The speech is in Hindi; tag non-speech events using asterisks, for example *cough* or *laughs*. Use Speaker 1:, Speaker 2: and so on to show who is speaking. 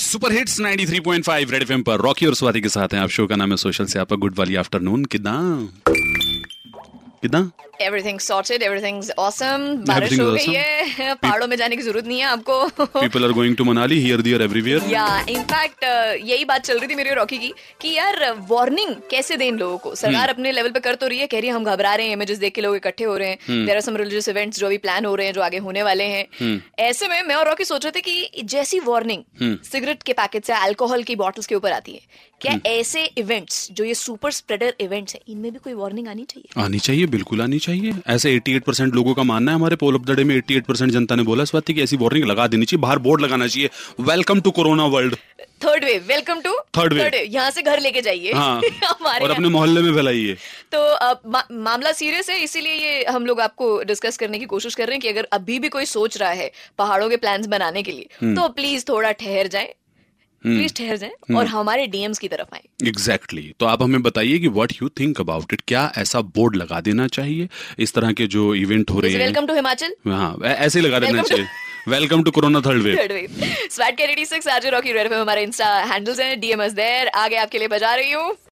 Speaker 1: सुपर हिट्स 93.5 रेड एफएम पर रॉकी और स्वाति के साथ हैं आप शो का नाम है सोशल से आपका गुड वाली आफ्टरनून कितना कितना
Speaker 2: एवरीथिंग सॉर्टेड एवरीथिंग ऑसम बारिश
Speaker 1: Everything
Speaker 2: हो
Speaker 1: is
Speaker 2: गई है पहाड़ों में जाने की जरूरत नहीं है आपको
Speaker 1: people are going to Manali here there everywhere
Speaker 2: या इनफैक्ट यही बात चल रही थी मेरी और रॉकी की कि यार वार्निंग कैसे दें इन लोगों को सरकार अपने लेवल पे कर तो रही है कह रही है हम घबरा रहे हैं इमेजेस देख के लोग इकट्ठे हो रहे हैं there are some religious events जो अभी प्लान हो रहे हैं जो आगे होने वाले हैं ऐसे में मैं और रॉकी सोच रहे थे कि जैसी वार्निंग सिगरेट के पैकेट या अल्कोहल की बॉटल्स के ऊपर आती है क्या ऐसे इवेंट्स जो ये सुपर स्प्रेडर इवेंट्स हैं इनमें भी कोई वार्निंग आनी चाहिए
Speaker 1: आनी चाहिए बिल्कुल आनी चाहिए ऐसे 88% लोगों का मानना है हमारे पोल ऑफ द डे में 88% जनता ने बोला स्वाति की ऐसी वार्निंग लगा देनी चाहिए बाहर बोर्ड लगाना चाहिए welcome to corona
Speaker 2: *laughs*
Speaker 1: world
Speaker 2: third wave welcome to
Speaker 1: Third wave.
Speaker 2: यहाँ से घर लेके जाइए
Speaker 1: हाँ
Speaker 2: *laughs* हमारे
Speaker 1: और
Speaker 2: यहाँ।
Speaker 1: अपने मोहल्ले में फैलाइए
Speaker 2: तो अ, मा, मामला सीरियस है इसीलिए ये हम लोग आपको डिस्कस करने की कोशिश कर रहे हैं कि अगर अभी भी कोई सोच रहा है पहाड़ों के प्लान्स बनाने के
Speaker 1: हम्म।
Speaker 2: लिए तो प्लीज थोड़ा ठहर जाए प्लीज ठहर
Speaker 1: हम्म।
Speaker 2: जाए और हमारे डीएम्स की तरफ आए
Speaker 1: एग्जैक्टली exactly. तो आप हमें बताइए कि what you think about it क्या ऐसा बोर्ड लगा देना चाहिए इस तरह के जो इवेंट हो रहे हैं
Speaker 2: वेलकम टू हिमाचल
Speaker 1: हाँ ऐ- ऐसे ही लगा देना
Speaker 2: Welcome to-
Speaker 1: चाहिए welcome to corona third wave
Speaker 2: third
Speaker 1: *laughs*
Speaker 2: wave स्वैट के ready six RJ Rocky red पे हमारे इंस्टा हैंडल्स हैं डीएमएस देयर आगे आपके लिए बजा रही हूँ